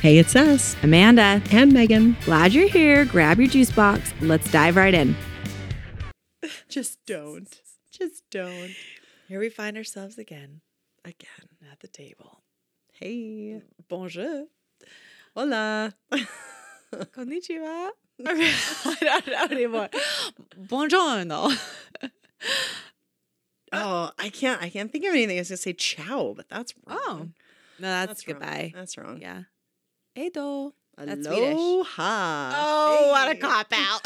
Hey, it's us Amanda, and Megan. glad you're here. Grab your juice box. Let's dive right in. Just don't. Just don't. Here we find ourselves again, again at the table. Hey, Bonjour. hola. Konnichiwa. I don't know anymore. Buongiorno. Oh, I can't. I can't think of anything. I was gonna say chow, but that's wrong. Oh, no, that's, Uh. that's wrong. goodbye. That's wrong. Yeah. Edo. That's Swedish. Aloha. Oh, Hey. out.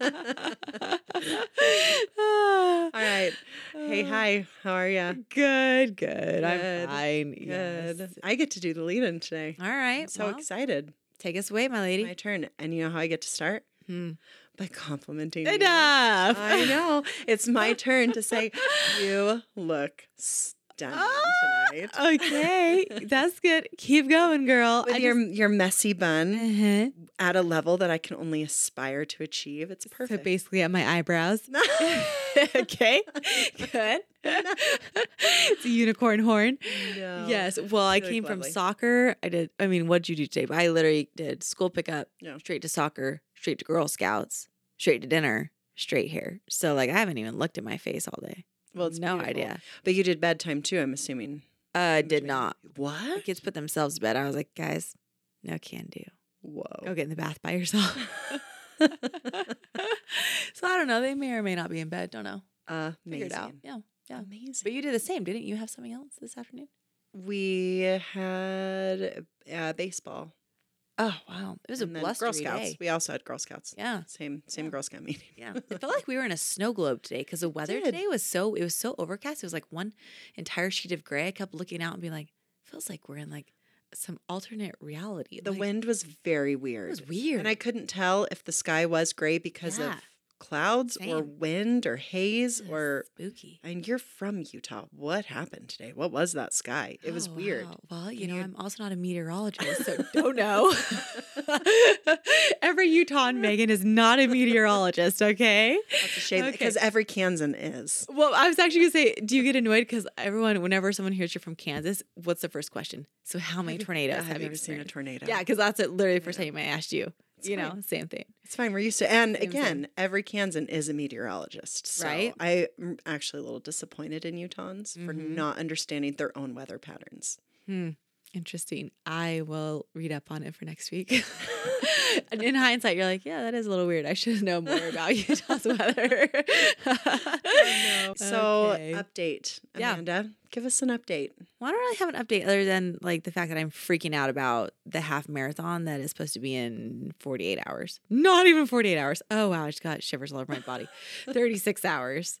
All right. Hey, hi. How are you? Good, good. Good, I'm fine. Good. Yes. I get to do the lead-in today. All right. I'm so well, excited. take us away, my lady. My turn. And you know how I get to start? Hmm. By complimenting you. Enough. I know. It's my turn to say, you look stunning Ah, tonight. okay, that's good. Keep going, girl. With I your, just- your messy bun Uh-huh. at a level that I can only aspire to achieve. It's So perfect. basically, at my eyebrows. okay, good. it's a unicorn horn. No. Yes. Well, I Oh, Really came lovely. from soccer. I did. I mean, what'd you do today? But I literally did school pickup, Yeah. straight to soccer, straight to Girl Scouts, straight to dinner, straight here. So like, I haven't even looked at my face all day. Well, it's no beautiful. idea. But you did bedtime too, I'm assuming. Uh, in did between. not. The What? kids put themselves to bed. I was like, guys, no can do. Go Whoa. get in the bath by yourself. so I don't know. They may or may not be in bed. Don't know. Figure it out. Amazing. Yeah. Yeah. Amazing. But you did the same, didn't you? Have something else this afternoon? We had uh, baseball. Oh wow, it was a and then blustery Girl Scouts. day. We also had Girl Scouts. Yeah. Same same Yeah. Girl Scout meeting. Yeah, it felt like we were in a snow globe today because the weather did. today was so it was so overcast. It was like one entire sheet of gray. I kept looking out and being like, feels like we're in like some alternate reality. The Like, wind was very it weird. was weird. And I couldn't tell if the sky was gray because Yeah. of clouds or Same. wind or haze It was or. spooky. And you're from Utah. What happened today? What was that sky? It was Oh, weird. wow. Well, you Can know, you- I'm also not a meteorologist, so don't know. Every Utah and Megan is not a meteorologist, okay? That's a shame Okay. because every Kansan is. Well, I was actually gonna say, do you get annoyed because everyone, whenever someone hears you're from Kansas, what's the first question? So, how many Have you- tornadoes Yeah, have you ever seen a experienced? tornado? Yeah, because that's it, literally the first know. time I asked you. It's you fine. know, same thing. It's fine. We're used to. And Same, same. again, every Kansan is a meteorologist. So Right. I'm actually a little disappointed in Utahns for Mhm. not understanding their own weather patterns. Hmm. Interesting. I will read up on it for next week. and in hindsight, you're like, yeah, that is a little weird. I should know more about Utah's weather. Oh, So Okay. update, Yeah. Amanda. Give us an update. Why don't I have an update other than like the fact that I'm freaking out about the half marathon that is supposed to be in 48 hours? Not even 48 hours. Oh wow, I just got shivers all over my body. 36 hours.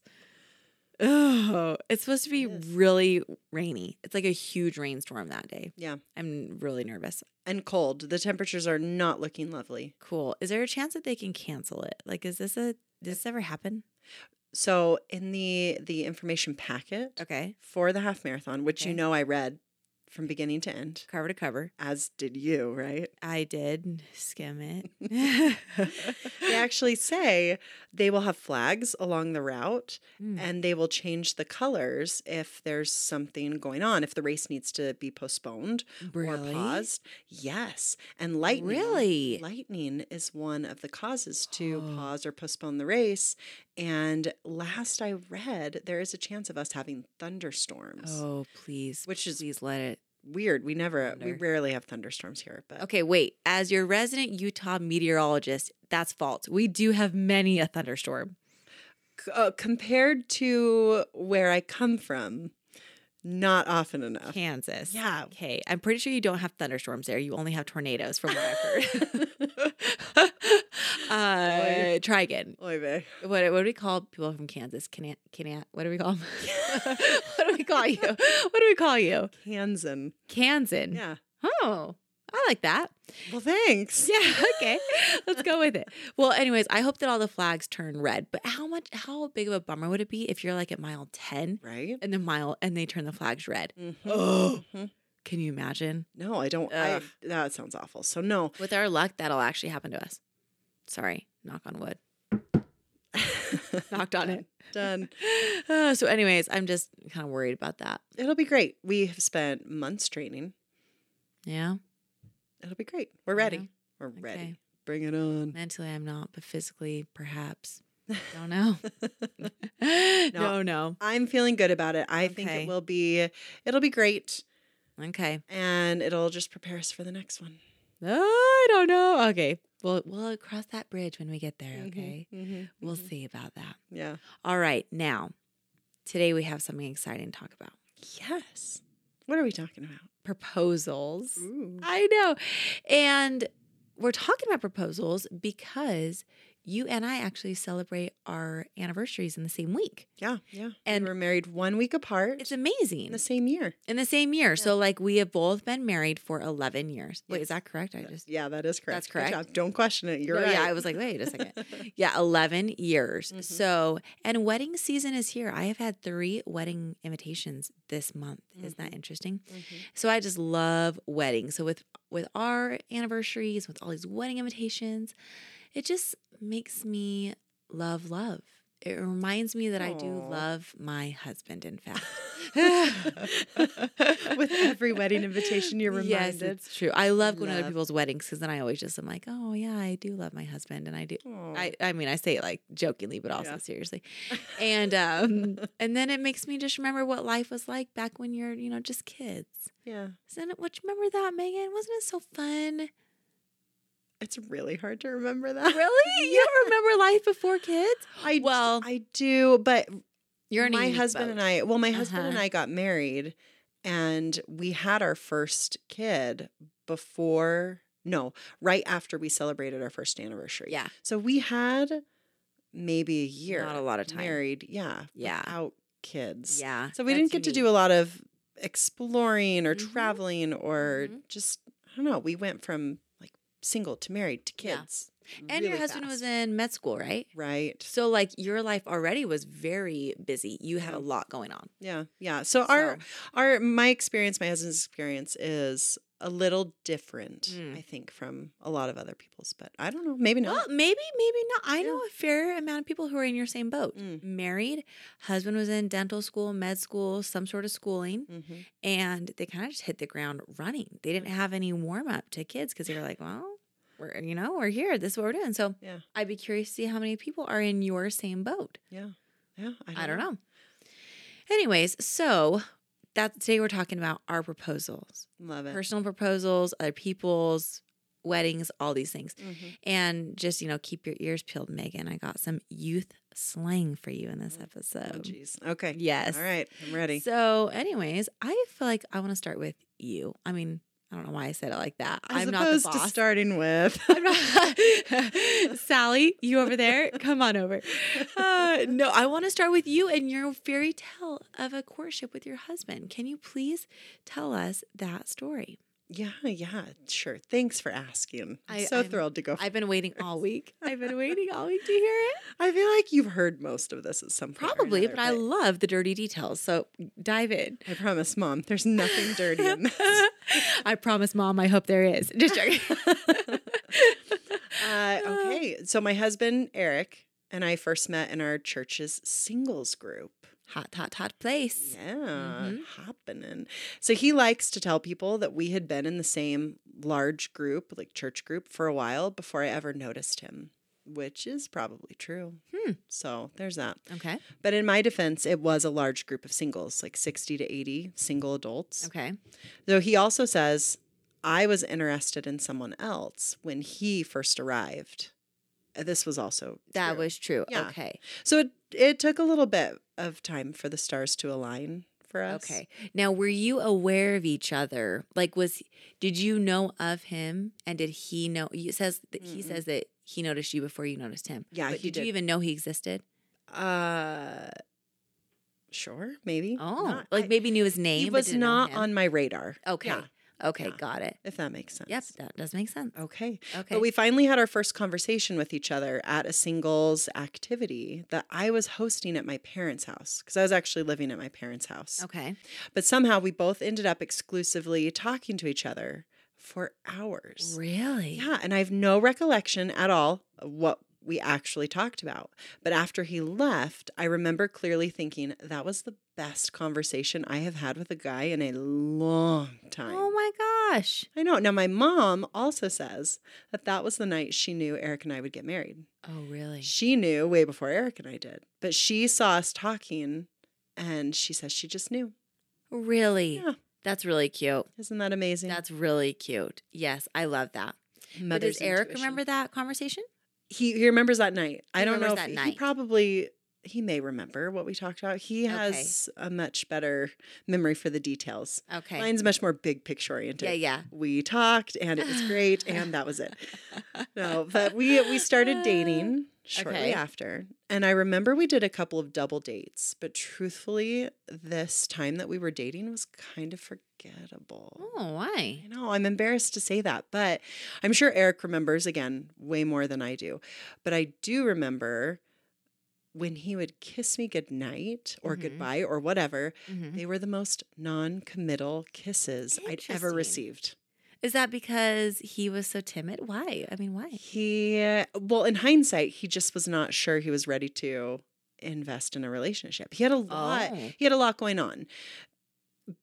Oh, it's supposed to be It is. really rainy. It's like a huge rainstorm that day. Yeah. I'm really nervous. And cold. The temperatures are not looking lovely. Cool. Is there a chance that they can cancel it? Like, is this a does this ever happen? So in the the information packet Okay, for the half marathon, which you Okay. know I read from beginning to end, cover to cover. as did you, right? I did skim it. They actually say they will have flags along the route Hmm. and they will change the colors if there's something going on, if the race needs to be postponed or Really? paused. Yes. And lightning. Really? Lightning is one of the causes to Oh. pause or postpone the race. And last I read, there is a chance of us having thunderstorms. Oh, please. Which is- please let it. Weird. We never, we Thunder. rarely have thunderstorms here, but Okay, wait. As your resident Utah meteorologist, that's false. We do have many a thunderstorm. c- uh, compared to where I come from, not often enough. Kansas. Yeah. Okay. I'm pretty sure you don't have thunderstorms there. You only have tornadoes from what I've heard. uh, try again. Oy vey. What, what do we call people from Kansas? Can Can What do we call 'em? what do we call you? What do we call you? Kansan. Kansan. Yeah. Oh, I like that. Well, thanks. Yeah, okay. Let's go with it. Well, anyways, I hope that all the flags turn red. But how much how big of a bummer would it be if you're like at mile 10 Right? and the mile and they turn the flags red? Oh. Can you imagine? No, I don't. I, Ugh. that sounds awful. So, no. With our luck, that'll actually happen to us. Sorry, knock on wood. Knocked on it. Done. Uh, so anyways, I'm just kind of worried about that. It'll be great. We have spent months training Yeah. It'll be great. We're ready. Yeah. We're ready. Okay. Bring it on. Mentally, I'm not, but physically, perhaps. Don't know. no, no. I'm feeling good about it. I think Okay. it will be it'll be great Okay. and it'll just prepare us for the next one. I don't know. Okay. Well, we'll cross that bridge when we get there. Mhm, Okay. mhm, We'll mhm. see about that. Yeah. All right. Now, today we have something exciting to talk about Yes. What are we talking about? proposals. Ooh. I know. And we're talking about proposals because you and I actually celebrate our anniversaries in the same week. Yeah, yeah. And we were married one week apart it's amazing. in the same year. in the same year. So, like, we have both been married for 11 years. Wait, Yes. is that correct? I just. Yeah, that is correct. That's Good correct. job. Don't question it. You're No, right. Yeah, I was like, wait a second. yeah, 11 years. Mhm. So, and wedding season is here. I have had three wedding invitations this month. Isn't that interesting? Mhm. So I just love weddings. So with with our anniversaries, with all these wedding invitations, it just makes me love love. It reminds me that I do Aw. love my husband. In fact, With every wedding invitation, you're Yes, reminded. it's true. I love going to other Love. people's weddings because then I always just am like, oh yeah, I do love my husband, and I do. Aw. I, I mean I say it like jokingly but also Oh. Yeah. seriously. And um and then it makes me just remember what life was like back when you're, you know, just kids. yeah. Isn't it? What remember that, Megan? Wasn't it so fun? It's really hard to remember that. Really? You don't remember life before kids? I Well- well, I do, but You're in a my unique husband boat. and I. Well, my husband and Uh-huh. I got married, and we had our first kid before. No, right after we celebrated our first anniversary. Yeah, So we had maybe a year. not a lot of time. Married, yeah, Yeah, without kids. yeah. So we didn't get to do a lot of exploring or Mhm. traveling or Mhm. just I don't know. We went from like single to married to Yeah. kids. And your really husband was fast. in med school, right? right. So like your life already was very busy. You had a Yeah. lot going on. Yeah, yeah. So our So- our my experience, my husband's experience is a little different, Mm. I think, from a lot of other people's. But I don't know, maybe Well, not. maybe, maybe not. I Yeah. know a fair amount of people who are in your same boat. Mm. Married, husband was in dental school, med school, some sort of schooling, hmm and they kind of just hit the ground running. They Mm. didn't have any warm up to kids because they were like, well, we're, you know, we're here. This is what we're doing. So Yeah. I'd be curious to see how many people are in your same boat. Yeah, yeah. I don't know. Anyways, so that today we're talking about our proposals, Love it. personal proposals, other people's, weddings, all these things. Mhm. And just, you know, keep your ears peeled, Megan. I got some youth slang for you in this Oh, episode. jeez. Okay. um, yes. All right. I'm ready. So, anyways, I feel like I want to start with you. I mean, I don't know why I said it like that. As I'm not the opposed boss. to starting with. I'm not- Sally, you over there, come on over. Uh, no, I want to start with you and your fairy tale of a courtship with your husband. Can you please tell us that story? yeah, yeah. Sure. Thanks for asking. I'm I- so I'm- thrilled to go. I, I've been waiting all week. I've been waiting all week to hear it. feel like you've heard most of this at some point. or Probably, another, but I love the dirty details. So dive in. I promise, Mom. There's nothing dirty in this. I promise, Mom. I hope there is. Just joking. Uh, okay. So my husband Eric and I first met in our church's singles group. hot, hot, hot place. Yeah, Mhm. happening. So he likes to tell people that we had been in the same large group, like church group, for a while before I ever noticed him, which is probably true. Hmm. So there's that. Okay. But in my defense, it was a large group of singles, like 60 to 80 single adults. Okay. Though he also says, I was interested in someone else when he first arrived. Uh, This was also That true. was true. Yeah. Okay. so it, it took a little bit of time for the stars to align for us. Okay. Now, were you aware of each other? Like, was did you know of him, and did he know? You it says that he Mm-mm. says that he noticed you before you noticed him. Yeah, But he did you did. even know he existed? Uh, sure, maybe. Oh, Not- like I- maybe knew his name. he but was didn't know not him? on my radar. Okay. Yeah, Okay. Yeah. Got it. if that makes sense. Yep. That does make sense. Okay. Okay. But we finally had our first conversation with each other at a singles activity that I was hosting at my parents' house because I was actually living at my parents' house. okay. But somehow we both ended up exclusively talking to each other for hours. Really? Yeah, and I have no recollection at all of what we actually talked about. But after he left, I remember clearly thinking that was the best conversation I have had with a guy in a long time. Oh my gosh. I know. Now, my mom also says that that was the night she knew Eric and I would get married. Oh, really? She knew way before Eric and I did, but she saw us talking and she says she just knew. Really? Yeah. That's really cute. Isn't that amazing? That's really cute. Yes, I love that. But does Eric intuition. remember that conversation? He, he remembers that night. I He don't know if remembers that he night. probably he may remember what we talked about. He has a much better memory for the details. Okay. Mine's much more big picture oriented. yeah, yeah. We talked and it was great and that was it. No, but we we started dating shortly Okay. after. And I remember we did a couple of double dates, but truthfully, this time that we were dating was kind of forgettable. Oh, why? I know, I'm embarrassed to say that, but I'm sure Eric remembers again way more than I do. But I do remember when he would kiss me goodnight or Mhm. goodbye or whatever, Mhm. they were the most non committal kisses I'd ever Interesting. received. Is that because he was so timid? Why? I mean, why? He, uh, well, in hindsight, he just was not sure he was ready to invest in a relationship. He had a lot. Oh. He had a lot going on.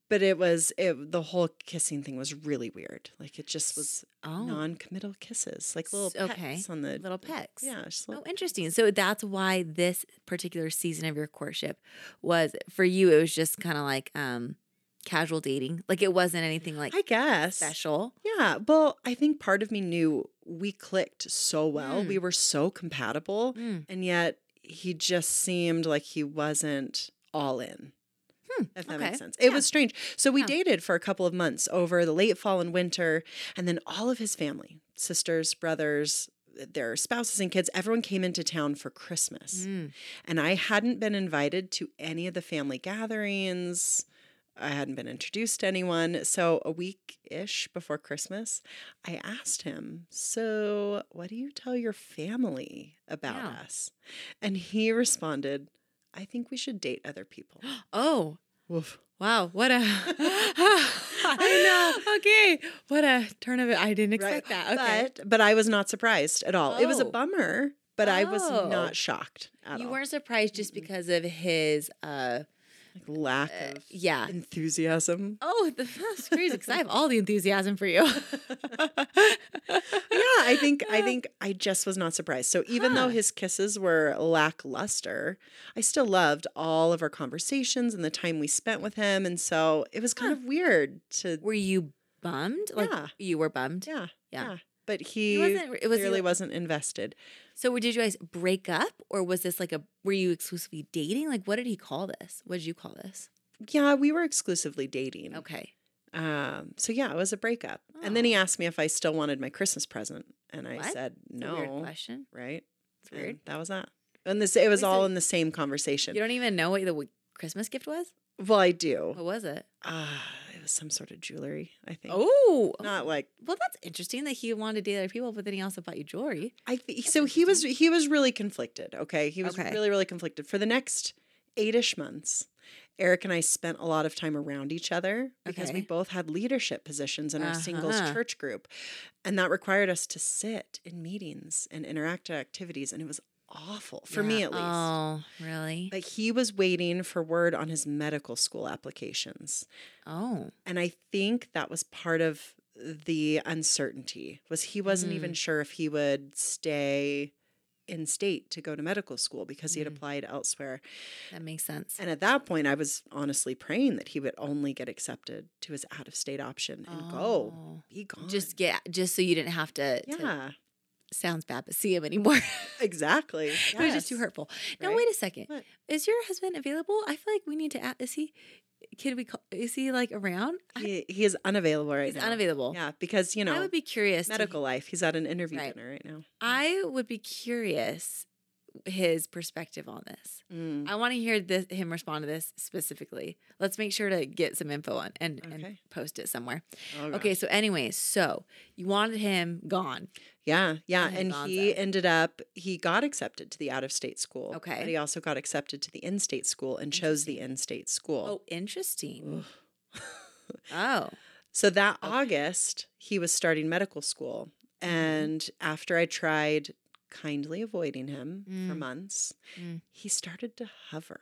But it was it, the whole kissing thing was really weird. Like it just was Oh, non-committal kisses, like little S- okay. pecks on the little pecks. Yeah, just Oh, little, interesting. So that's why this particular season of your courtship was for you. It was just kind of like um, casual dating. Like it wasn't anything like I guess. special. Yeah, well, I think part of me knew we clicked so well. Mm. We were so compatible, Mm. and yet he just seemed like he wasn't all in. Hmm, If that okay. makes sense. It Yeah. was strange. So we Yeah. dated for a couple of months over the late fall and winter, and then all of his family, sisters, brothers, their spouses and kids, everyone came into town for Christmas. Mm. and I hadn't been invited to any of the family gatherings. I hadn't been introduced to anyone. So, a week ish before Christmas, I asked him, So, what do you tell your family about Yeah. us? And he responded, I think we should date other people. Oh, Woof. Wow, what a I know. Okay. What a turn of it. I didn't expect that. Okay. But, but I was not surprised at all. It was a Oh. bummer, but I was Oh. not shocked at you all. weren't surprised just Mm-mm. because of his uh like lack uh, of yeah. enthusiasm. Oh, the, that's crazy because I have all the enthusiasm for you. yeah, I think I think I just was not surprised. So even Huh. though his kisses were lackluster, I still loved all of our conversations and the time we spent with him. And so it was kind of weird to Were you bummed? Like Yeah. you were bummed? yeah, Yeah. yeah. But he, He wasn't it was clearly really wasn't invested. So did you guys break up or was this like a were you exclusively dating? Like what did he call this? What did you call this? Yeah, we were exclusively dating. Okay. Oh. Um, so yeah, it was a breakup. And then he asked me if I still wanted my Christmas present, and I What? said It's a Weird no. question. Right? It's And weird. that was that. And this it was Wait, so all in the same conversation. You don't even know what the w- Christmas gift was? Well, I do. What was it? Ah, it was some sort of jewelry, I think. Oh, not like well, that's interesting that he wanted to date other people, but then he also bought you jewelry. I. Th- so he was he was really conflicted. Okay, he was Okay. really really conflicted for the next eight-ish months. Eric and I spent a lot of time around each other because we Okay. both had leadership positions in our singles Uh-huh. church group, and that required us to sit in meetings and interact at activities, and it was awful for me Yeah. at least. Oh, really? But he was waiting for word on his medical school applications. oh, and i think that was part of the uncertainty was he wasn't Mm. even sure if he would stay in state to go to medical school because he had Mm. applied elsewhere that makes sense. and at that point i was honestly praying that he would only get accepted to his out of state option and go Oh. be gone Just get, just so you didn't have to. to- yeah sounds bad, but see him anymore. exactly it was just too Yes. hurtful. Now Right? wait a second. What? Is your husband available? I feel like we need to. a is he? Can we? Call, is he like around? I- he, he is unavailable right he's now unavailable. yeah because you know I would be curious. to- medical life he's at an interview Right. dinner right now I would be curious his perspective on this. Mm, I want to hear this, him respond to this specifically. Let's make sure to get some info on and, and Okay. post it somewhere. oh gosh. Okay. So, anyways, so you wanted him gone. Yeah, yeah. And And Gonzo. he ended up, he got accepted to the out of state school. Okay. But he also got accepted to the in state school and chose the in state school. Oh, interesting. Ugh. Oh, So that Okay. Mm-hmm. August, he was starting medical school. And after I tried kindly avoiding him for Mm. months, Mm. he started to hover.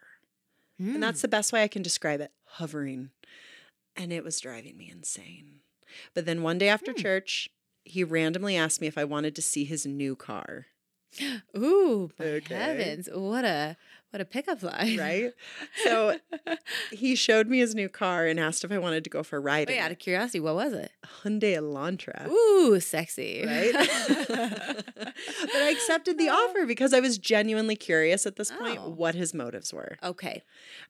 And that's the best way I can describe it hovering. And it was driving me insane. But then one day after Hmm. church, he randomly asked me if I wanted to see his new car, Ooh, by Okay. heavens! What a what a pickup line, right? so he showed me his new car and asked if I wanted to go for a ride. Wait, in out of it. curiosity, what was it? Hyundai Elantra. Oh, Ooh, sexy. Uh, Right? but I accepted the offer because I was genuinely curious at this point Oh. what his motives were. Okay.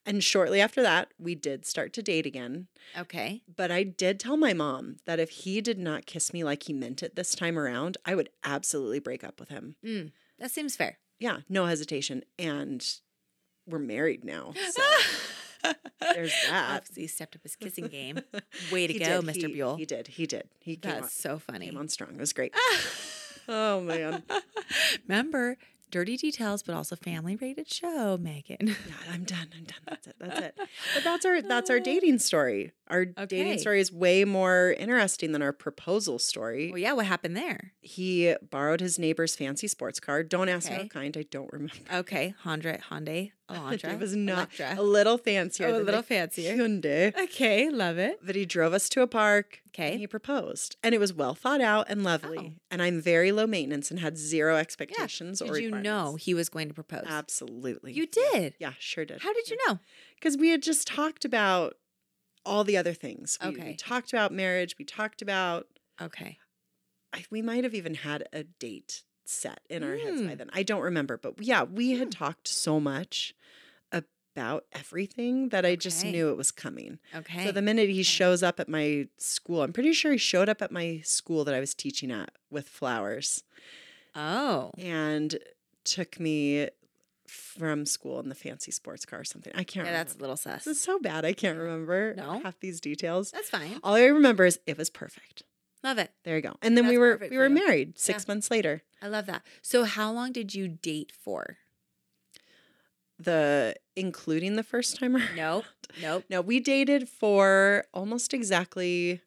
And shortly after that, we did start to date again. Okay. But I did tell my mom that if he did not kiss me like he meant it this time around, I would absolutely break up with him. Mm, that seems fair. Yeah, no hesitation. And we're married now. So there's that. Obviously, he stepped up his kissing game. Way to Ah. He go, did, Mr. he- Buell. He did. He did. He came on, That's so funny. came on strong. It was great. oh, man. Remember, dirty details, but also family-rated show, Megan. God, I'm done. I'm done. That's it. That's it. But that's our that's our dating story. Our dating Okay. story is way more interesting than our proposal story. Well, yeah. What happened there? He borrowed his neighbor's fancy sports car. Don't ask me Okay. what kind. I don't remember. Okay, Honda, Hyundai, Elantra. it was not Electra. a little fancier. Oh, a than little the fancier. Hyundai. Okay, love it. But he drove us to a park. Okay. And he proposed, and it was well thought out and lovely. Oh. And I'm very low maintenance and had zero expectations or Did you know requirements. he was going to propose? Absolutely. you did. Yeah, sure did. How did Yeah. you know? because we had just talked about all the other things. We, we Okay. talked about marriage. We talked about. Okay. I, we might have even had a date set in our heads by Mm. then. I don't remember, but yeah, we had Hmm. talked so much about everything that I just Okay. knew it was coming. Okay. So the minute he Okay. shows up at my school, I'm pretty sure he showed up at my school that I was teaching at with flowers oh. and took me from school in the fancy sports car or something. I can't Yeah, remember. that's a little sus. This is so bad. I can't remember No. half these details. That's fine. All I remember is it was perfect. Love it. There you go. And then we That's were perfect we for were you. married six Yeah. months later. I love that. So how long did you date for? The including the first timer. Nope. Nope. No, we dated for almost exactly.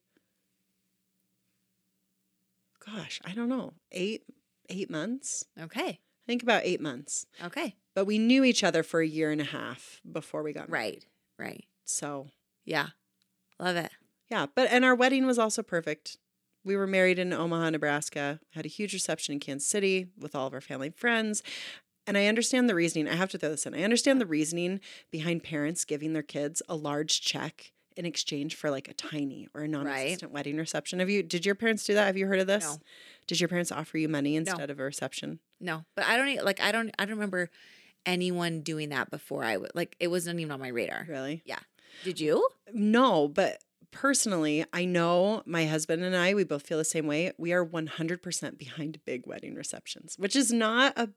Gosh, I don't know, eight eight months. Okay. I think about eight months. Okay. But we knew each other for a year and a half before we got married. Right. Right. So Yeah. Love it. Yeah, but and our wedding was also perfect. We were married in Omaha, Nebraska, had a huge reception in Kansas City with all of our family and friends. And I understand the reasoning. I have to throw this in. I understand the reasoning behind parents giving their kids a large check in exchange for like a tiny or a non-existent wedding reception. Have you did your parents do that? Have you heard of this? No. Did your parents offer you money instead of a reception? No, but I don't e- like. I don't. I don't remember anyone doing that before. I w- like. It wasn't even on my radar. Really? Did you? No, but personally, I know my husband and I, we both feel the same way. We are 100% behind big wedding receptions, which is not a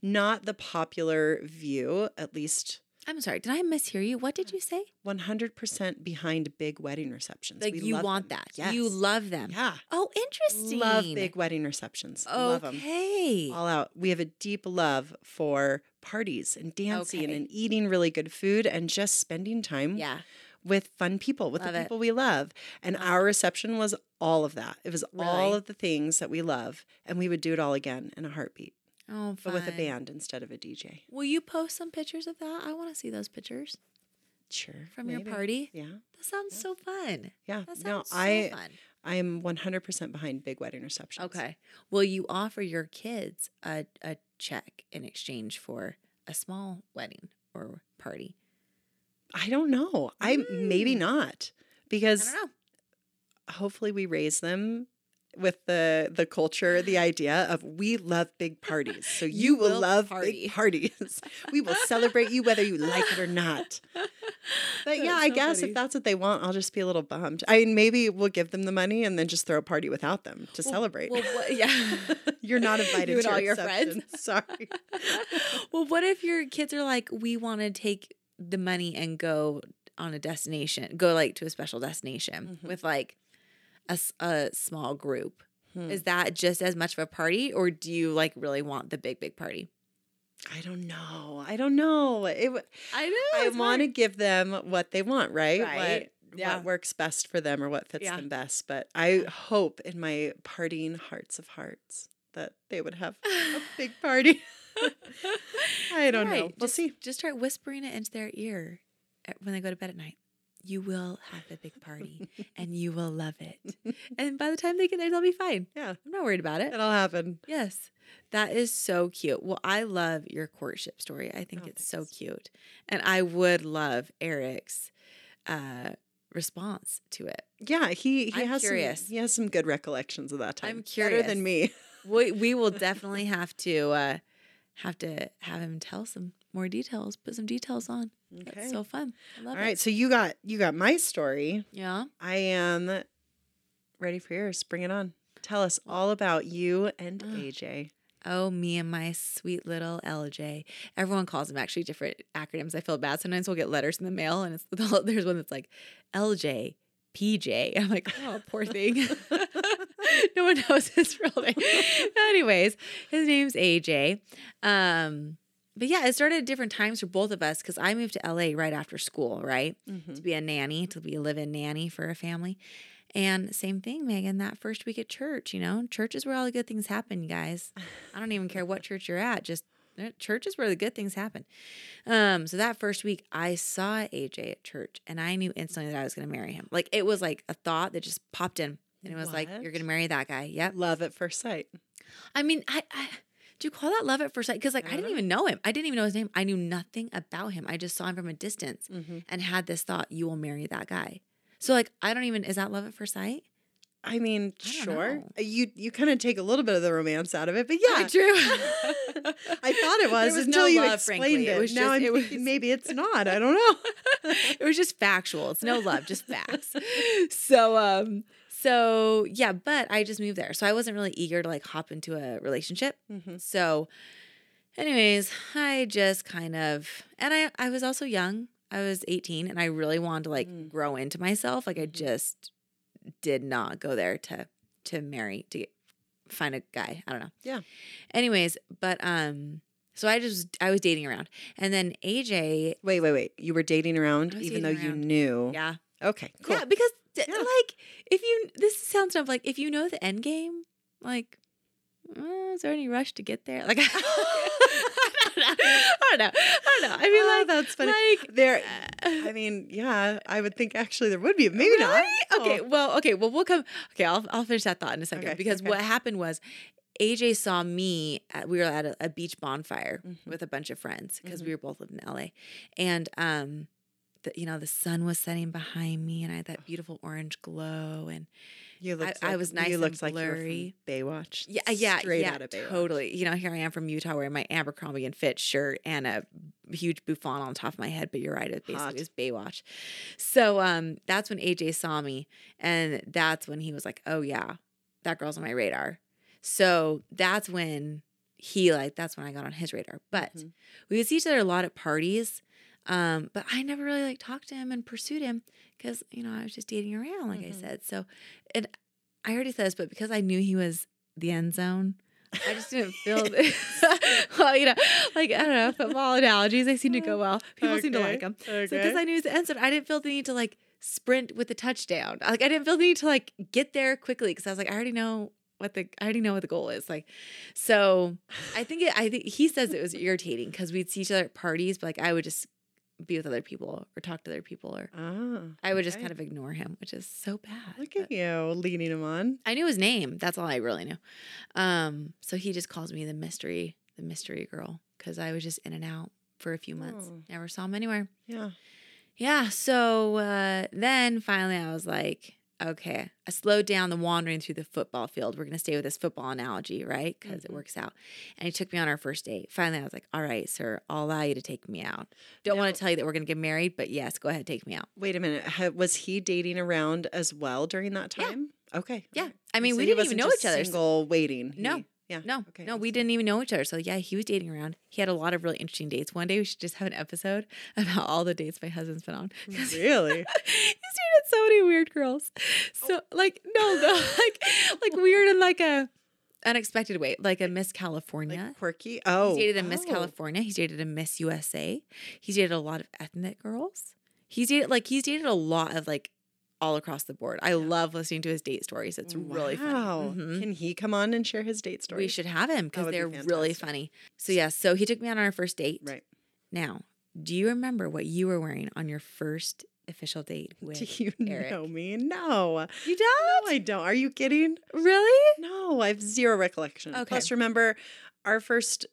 not the popular view, at least I'm sorry. Did I mishear you? What did you say? 100% behind big wedding receptions. Like We you love want them. that. You love them. Yeah. Oh, interesting. Love big wedding receptions. Love 'em. Okay. All out. We have a deep love for parties and dancing Okay. and eating really good food and just spending time yeah. with fun people, with Love the it. people we love. And Love our reception was all of that. It was all Really? of the things that we love. And we would do it all again in a heartbeat, Oh, fun. but with a band instead of a DJ. Will you post some pictures of that? I want to see those pictures Sure. from maybe. your party. Yeah. That sounds so fun. Yeah. That sounds No, so I fun. I'm 100% behind big wedding receptions. Okay. Will you offer your kids a, a check in exchange for a small wedding or party? I don't know. I maybe Mm. not I because don't know. hopefully we raise them with the the culture the idea of we love big parties so you, You will, will love party. big parties we will celebrate you whether you like it or not but yeah That's i so guess funny. if that's what they want i'll just be a little bummed i mean maybe we'll give them the money and then just throw a party without them to Well, celebrate Well, what, yeah. you're not invited You and to all your reception. sorry well, what if your kids are like, we want to take the money and go on a destination, go like to a special destination Mhm. with like a, s- a small group? Hmm. Is that just as much of a party, or do you like really want the big, big party? i don't know i don't know it, w- I i want to give them what they want right, What, Right. Yeah. what works best for them or what fits Yeah. them best. But I hope in my partying hearts of hearts that they would have a big party. I don't know. Right, We'll just, see. Just start whispering it into their ear at- when they go to bed at night. You will have a big party and you will love it. And by the time they get there, they'll be fine. Yeah, I'm not worried about it. it'll happen. Yes. That is so cute. Well, I love your courtship story. I think Oh, it's so thanks. cute. And I would love Eric's uh, response to it. Yeah, he he I'm has curious. Some, he has some good recollections of that time. I'm better curious. than me. We, we will definitely have to uh, have to have him tell some more details, put some details on. That's so fun. I All love it. right, so you got you got my story. Yeah. I am ready for yours. Bring it on. Tell us all about you and Ah. AJ. Oh, me and my sweet little LJ. Everyone calls them actually different acronyms. I feel bad. Sometimes we'll get letters in the mail, and it's there's one that's like LJ, PJ. I'm like, oh, poor thing. no one knows his real name. Anyways, his name's AJ. Um, but yeah, it started at different times for both of us because I moved to LA right after school, right? Mhm. to be a nanny, to be a live in nanny for a family. And same thing, Megan, that first week at church, you know, church is where all the good things happen, you guys. I don't even care what church you're at, just eh, church is where the good things happen. Um, so that first week, I saw AJ at church and I knew instantly that I was going to marry him. Like it was like a thought that just popped in and it was like, What? you're going to marry that guy. Yep. Love at first sight. I mean, I, I do you call that love at first sight? Because like I, I don't didn't know. even know him. I didn't even know his name. I knew nothing about him. I just saw him from a distance Mm-hmm. and had this thought, you will marry that guy. So like I don't even is that love at first sight? I mean, I don't sure. Uh, know. You you kind of take a little bit of the romance out of it, but yeah, true. I thought it was There was until no you love, explained frankly. it. It was now just- I'm it was- thinking maybe it's not. I don't know. it was just factual. It's no love, just facts. So um so yeah, but I just moved there. So I wasn't really eager to like hop into a relationship. Mhm. So anyways, I just kind of and I I was also young. I was 18 and I really wanted to like Mm. grow into myself. Like I Mhm. just did not go there to to marry to get, find a guy. I don't know. Yeah. Anyways, but um so I just I was dating around. And then AJ Wait, wait, wait. You were dating around I was even though dating you around. knew. yeah. Okay, cool. Yeah, because d- Yeah. like if you this sounds dumb, like if you know the end game, like uh, is there any rush to get there? Like I don't know. I don't know. I don't know. uh, I mean, Oh, like that's funny. like There uh, I mean, yeah, I would think actually there would be. Maybe not. really? Okay. Well, okay. Well, we'll come. Okay, I'll I'll finish that thought in a second Okay, because okay. what happened was AJ saw me. At, we were at a, a beach bonfire Mhm. with a bunch of friends because Mhm. we were both living in LA, and um, the, you know the sun was setting behind me, and I had that beautiful orange glow, and You looked I like, was nice You and looked like blurry. you were from Baywatch. yeah, uh, yeah, straight yeah, out of Baywatch. totally. You know, here I am from Utah wearing my Abercrombie and Fitch shirt and a huge bouffant on top of my head. But you're right, it Hot. basically is Baywatch. So um, that's when AJ saw me, and that's when he was like, "Oh yeah, that girl's on my radar." So that's when he like that's when I got on his radar. But Mhm. we would see each other a lot at parties, um, but I never really like talked to him and pursued him because you know I was just dating around, like Mhm. I said. So, and I already said this, but because I knew he was the end zone. I just didn't feel well, you know, like I don't know, football analogies, they seem to go well. People seem to like them. Okay. So because I knew it was the end zone, I didn't feel the need to like sprint with the touchdown. Like I didn't feel the need to like get there quickly because I was like, I already know what the I already know what the goal is. Like, so I think it, I think he says it was irritating because we'd see each other at parties, but like I would just be with other people or talk to other people, or Ah, I would just okay. kind of ignore him, which is so bad. Look but- at you leading him on. I knew his name. That's all I really knew. Um, so he just calls me the mystery, the mystery girl, because I was just in and out for a few months. Oh. Never saw him anywhere. Yeah. Yeah. So uh, then finally I was like, okay, I slowed down the wandering through the football field. We're going to stay with this football analogy, right? Because Mhm. it works out. And he took me on our first date. Finally, I was like, all right, sir, I'll allow you to take me out. Don't want Now- to tell you that we're going to get married, but yes, go ahead, take me out. Wait a minute. Ha- Was he dating around as well during that Yeah. time? Okay. Yeah. okay. I mean, So we he didn't even wasn't know just each other. so- Single waiting. No. He- yeah. No, Okay, no, we didn't even know each other. So yeah, he was dating around. He had a lot of really interesting dates. One day we should just have an episode about all the dates my husband's been on. 'Cause he- Really? He's dated so many weird girls. So like no, no, like like weird in like a unexpected way, like a Miss like California. quirky. Oh. he's dated a Miss oh. California. He's dated a Miss USA. He's dated a lot of ethnic girls. He's dated like he's dated a lot of like all across the board. I love listening to his date stories. It's really funny. Wow. Mhm. Can he come on and share his date story? We should have him because would be they're really fantastic. funny. So yes, so he took me on our first date. Right. Now, do you remember what you were wearing on your first official date with Do you Eric? know me? No. You No, don't? I don't. Are you kidding? Really? No, I have zero recollection. Okay. Plus, remember, our first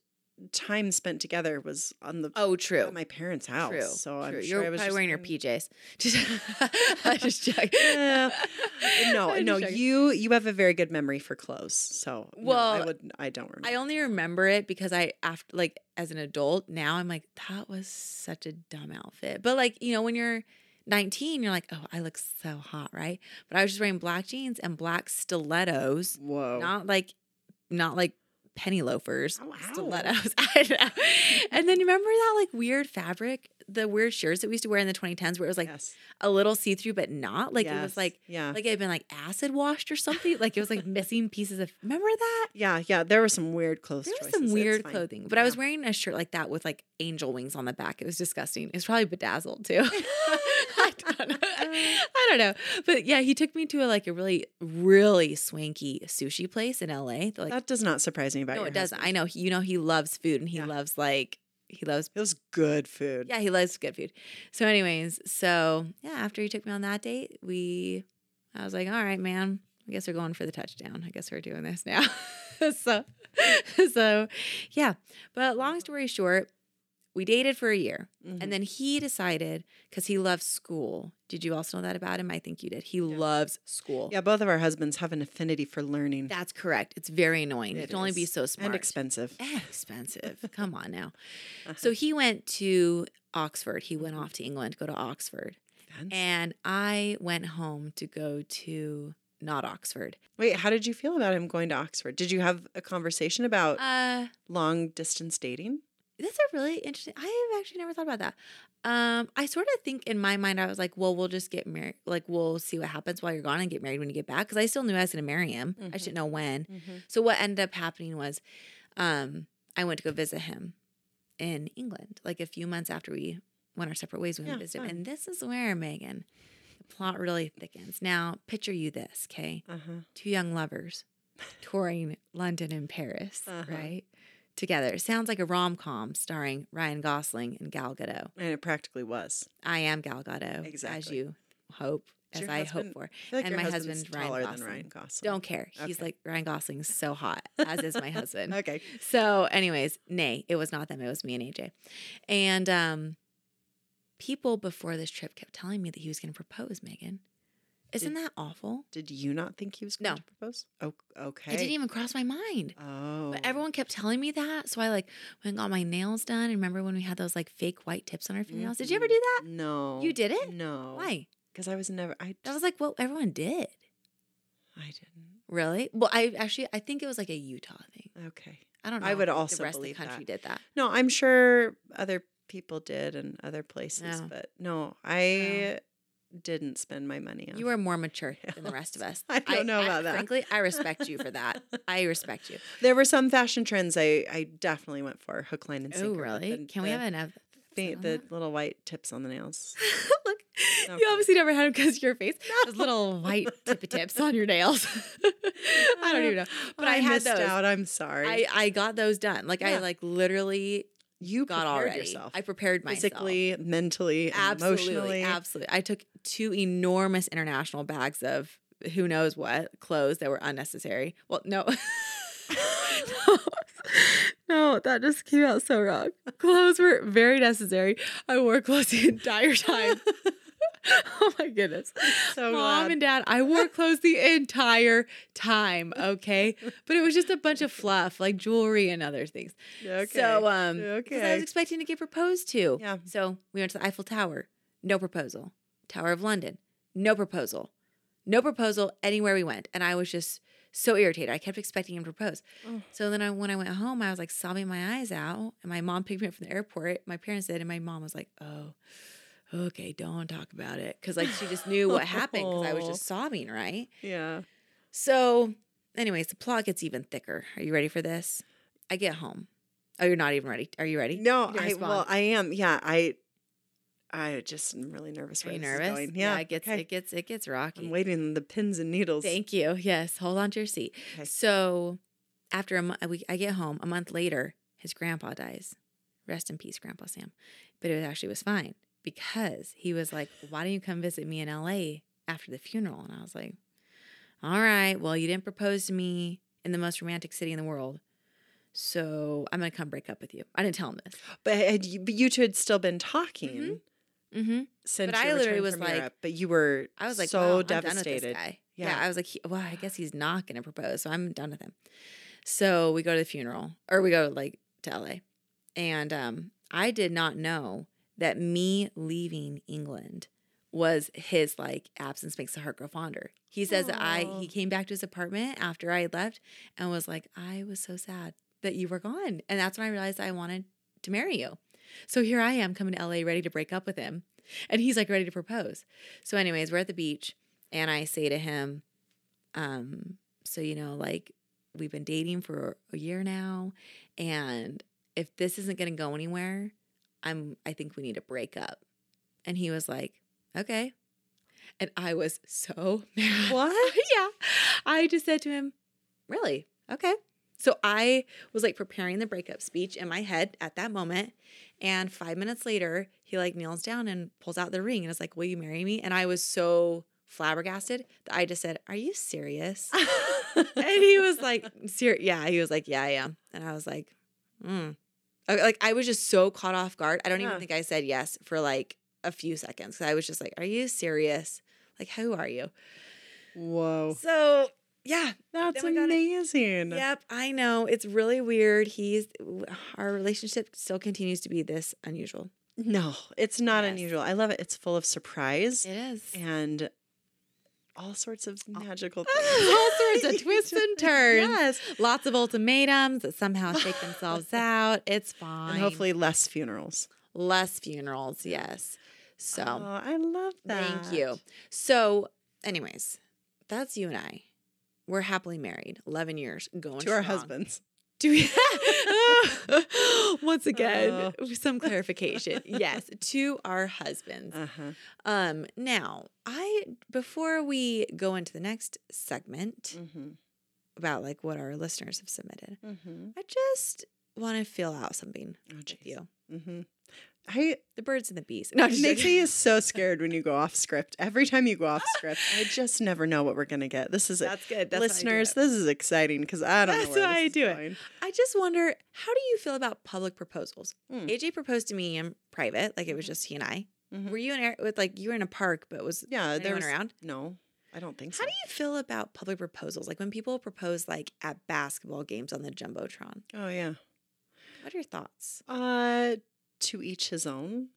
time spent together was on the Oh, true. at my parents' house. True. So I'm true. sure You're I was probably just wearing your wearing- PJs. Just, I just check. Yeah. No, I no, just check. you you have a very good memory for clothes. So no, I Well, would I don't remember. I only remember it because I after like as an adult now I'm like that was such a dumb outfit. But like you know when you're 19 you're like oh I look so hot right. But I was just wearing black jeans and black stilettos, Whoa. not like not like penny loafers, Oh, ow. stilettos. I know. And then remember that like weird fabric, the weird shirts that we used to wear in the 2010s where it was like yes. a little see through but not like it Yes. was like yeah. like it had been like acid washed or something. Like it was like missing pieces of. Remember that? yeah, yeah. There were some weird clothes. There was choices. some It's weird fine. clothing, but I was wearing a shirt like that with like angel wings on the back. It was disgusting. It's probably bedazzled too. I don't know. I don't know. But yeah, he took me to a, like a really, really swanky sushi place in LA. They're, Like, that does not surprise me about no, your it doesn't. husband. I know. He, you know, he loves food and he Yeah. loves like he loves. It was good food. Yeah, he loves good food. So, anyways, so yeah, after he took me on that date, we, I was like, all right, man, I guess we're going for the touchdown. I guess we're doing this now. so, so yeah. But long story short, we dated for a year Mhm. and then he decided because he loves school. Did you also know that about him? I think you did. He loves school. yeah, both of our husbands have an affinity for learning That's correct. It's very annoying. It you can only be is. so smart and expensive. and expensive. Come on now. So he went to Oxford. He went off to England to go to Oxford. Fancy. And I went home to go to not Oxford. Wait, how did you feel about him going to Oxford? Did you have a conversation about Uh long distance dating? that's a really interesting I have actually never thought about that. Um I sort of think in my mind I was like, well, we'll just get married like we'll see what happens while you're gone and get married when you get back. Cause I still knew I was gonna marry him. I Mhm. just didn't know when. So what ended up happening was um, I went to go visit him in England, like a few months after we went our separate ways. We went Yeah, to visit fun. him. And this is where, Megan, the plot really thickens. Now, picture you this, okay? Uh-huh. Two young lovers touring London and Paris, Uh-huh. right? Together. It sounds like a rom com starring Ryan Gosling and Gal Gadot. And it practically was. I am Gal Gadot, as Exactly. you hope, as Is your I husband- hope for. I feel like And your my husband's husband, Ryan taller than Gosling. Ryan Gosling. Don't care. He's Okay. like Ryan Gosling's so hot, as is my husband. Okay. So, anyways, nay, it was not them. It was me and AJ. And um, people before this trip kept telling me that he was going to propose, Megan. Isn't that awful? Did you not think he was going No. to propose? Oh, okay. It didn't even cross my mind. Oh. But everyone kept telling me that. So I like went and got my nails done. And remember when we had those like fake white tips on our fingernails? Did you ever do that? No. You did it? Mm-hmm. No. Why? Because I was never. I. That was like what everyone did. I didn't. Really? Well, I actually I think it was like a Utah thing. Okay. I don't know. I would if also the rest believe of the country did that. No, I'm sure other people did and other places, No. but no, I didn't spend my money on. You are more mature than the rest of us. I don't know about that. Frankly, I respect you for that. I respect you. There were some fashion trends I, I definitely went for hook, line, and sinker. Oh, but really? the- Can we the have enough? thi- on the that? little white tips on the nails. Look, No you obviously never had them because your face. Those little white tippy tips on your nails. I don't even know. But I, had missed those. out. I'm sorry. I, I got those done. Like Yeah. I like literally you got prepared already. yourself. I prepared myself physically, mentally, and absolutely, emotionally. absolutely. I took two enormous international bags of who knows what clothes that were unnecessary. Well, no. no. No, that just came out so wrong. Clothes were very necessary. I wore clothes the entire time. oh my goodness. Mom So glad. and dad, I wore clothes the entire time, okay? But it was just a bunch of fluff, like jewelry and other things. okay. So um 'cause I Okay. was expecting to get proposed to. Yeah. So we went to the Eiffel Tower, no proposal. Tower of London, no proposal. No proposal anywhere we went. And I was just so irritated. I kept expecting him to propose. Oh. So then I, when I went home, I was like sobbing my eyes out. And my mom picked me up from the airport. My parents did. And my mom was like, oh, okay, don't talk about it. Cause like she just knew what happened because I was just sobbing, right? yeah. So, anyways, the plot gets even thicker. Are you ready for this? I get home. Oh, you're not even ready. Are you ready? No, You didn't I well, respond. I am. Yeah, I I just am really nervous. Are where you this is nervous? going. Yeah, it gets okay. it gets it gets rocky. I'm waiting the pins and needles. Thank you. Yes, hold on to your seat. Okay. So after a month, I get home a month later. His grandpa dies. Rest in peace, Grandpa Sam. But it actually was fine because he was like, "Why don't you come visit me in L.A. after the funeral?" And I was like, "All right. Well, you didn't propose to me in the most romantic city in the world." So I'm gonna come break up with you. I didn't tell him this. but had you, but you two had still been talking Mm-hmm. since I your literally return was from like- Europe, but you were I was like, so wow, I'm done with this devastated. guy. Yeah. Yeah. I was like, he, well, I guess he's not going to propose, so I'm done with him. So we go to the funeral, or we go like to LA, and um, I did not know that me leaving England was his like absence makes the heart grow fonder. He says that I Aw. he came back to his apartment after I had left and was like, I was so sad that you were gone, and that's when I realized I wanted to marry you. So here I am coming to LA ready to break up with him. And he's like ready to propose. So, anyways, we're at the beach and I say to him, um, so you know, like we've been dating for a year now, and if this isn't gonna go anywhere, I'm I think we need to break up. And he was like, Okay. And I was so mad. What? yeah. I just said to him, Really? Okay. So I was like preparing the breakup speech in my head at that moment. And five minutes later, he like kneels down and pulls out the ring and is like, Will you marry me? And I was so flabbergasted that I just said, Are you serious? and he was like, Ser- Yeah. He was like, Yeah, I am. And I was like, Hmm. Okay, Like, I was just so caught off guard. I don't Yeah. even think I said yes for like a few seconds. 'Cause I was just like, Are you serious? Like, who are you? Whoa, So, yeah, that's we got it. amazing. Yep, I know. It's really weird. He's our relationship still continues to be this unusual. No, it's not Yes. unusual. I love it. It's full of surprise It is. and all sorts of magical things. All sorts of twists and turns. Yes. Lots of ultimatums that somehow shake themselves out. It's fine. And hopefully less funerals. less funerals, yes. So Oh, I love that. thank you. So, anyways, that's you and I. We're happily married, eleven years, going To our strong. husbands. Do we once again Oh. some clarification? yes, to our husbands. Uh-huh. Um, now I before we go into the next segment Mm-hmm. about like what our listeners have submitted, Mm-hmm. I just want to feel out something Oh, with jeez. you. Mm-hmm. I The birds and the bees. No, I'm just Nixie joking. is so scared when you go off script. Every time you go off script, I just never know what we're gonna get. This is it. that's good. That's Listeners, How I, do this is exciting because I don't That's know where how this I is do it. going. it. I just wonder how do you feel about public proposals? Hmm. AJ proposed to me in private, like it was Mhm. just he and I. Mhm. Were you in with like you were in a park, but was Yeah, anyone there was around? no. I don't think so. How do you feel about public proposals? Like when people propose like at basketball games on the jumbotron. Oh yeah. What are your thoughts? Uh, to each his own.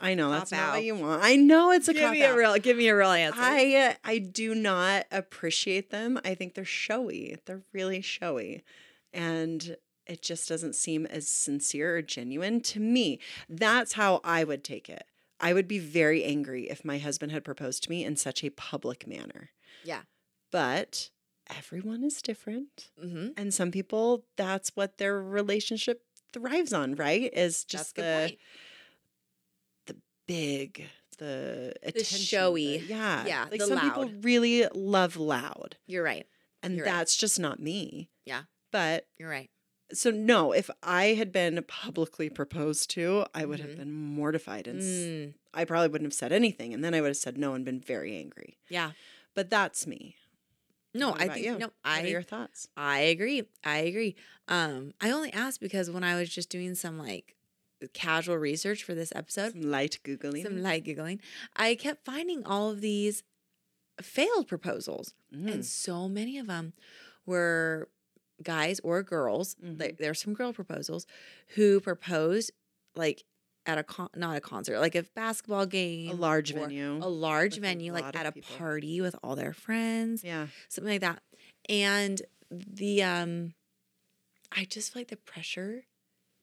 I know that's not Cop-out. what you want. I know it's a give me cop-out. a real give me a real answer. I I do not appreciate them. I think they're showy. They're really showy, and it just doesn't seem as sincere or genuine to me. That's how I would take it. I would be very angry if my husband had proposed to me in such a public manner. Yeah. But everyone is different, mm-hmm. and some people that's what their relationship thrives on, right? Is Just That's a just good the point. big, the attention, showy. yeah, Yeah, Like the some people loud. really love loud, You're right. and You're right. that's just not me. Yeah. but You're right. so no, if I had been publicly proposed to, I would have Mhm. been mortified, and s Mm, I I probably wouldn't have said anything, and then I would have said no and been very angry. yeah. But that's me. No, What I about think you? no. What are I your thoughts? I agree. I agree. Um, I only asked because when I was just doing some like casual research for this episode, Some light googling. some light giggling, I kept finding all of these failed proposals. and Mm. so many of them were guys or girls Mhm. like there's some girl proposals who proposed like at a con- not a concert like a basketball game a large or venue. a large with a venue like lot of at a people. party with all their friends yeah, something like that and the um i just feel like the pressure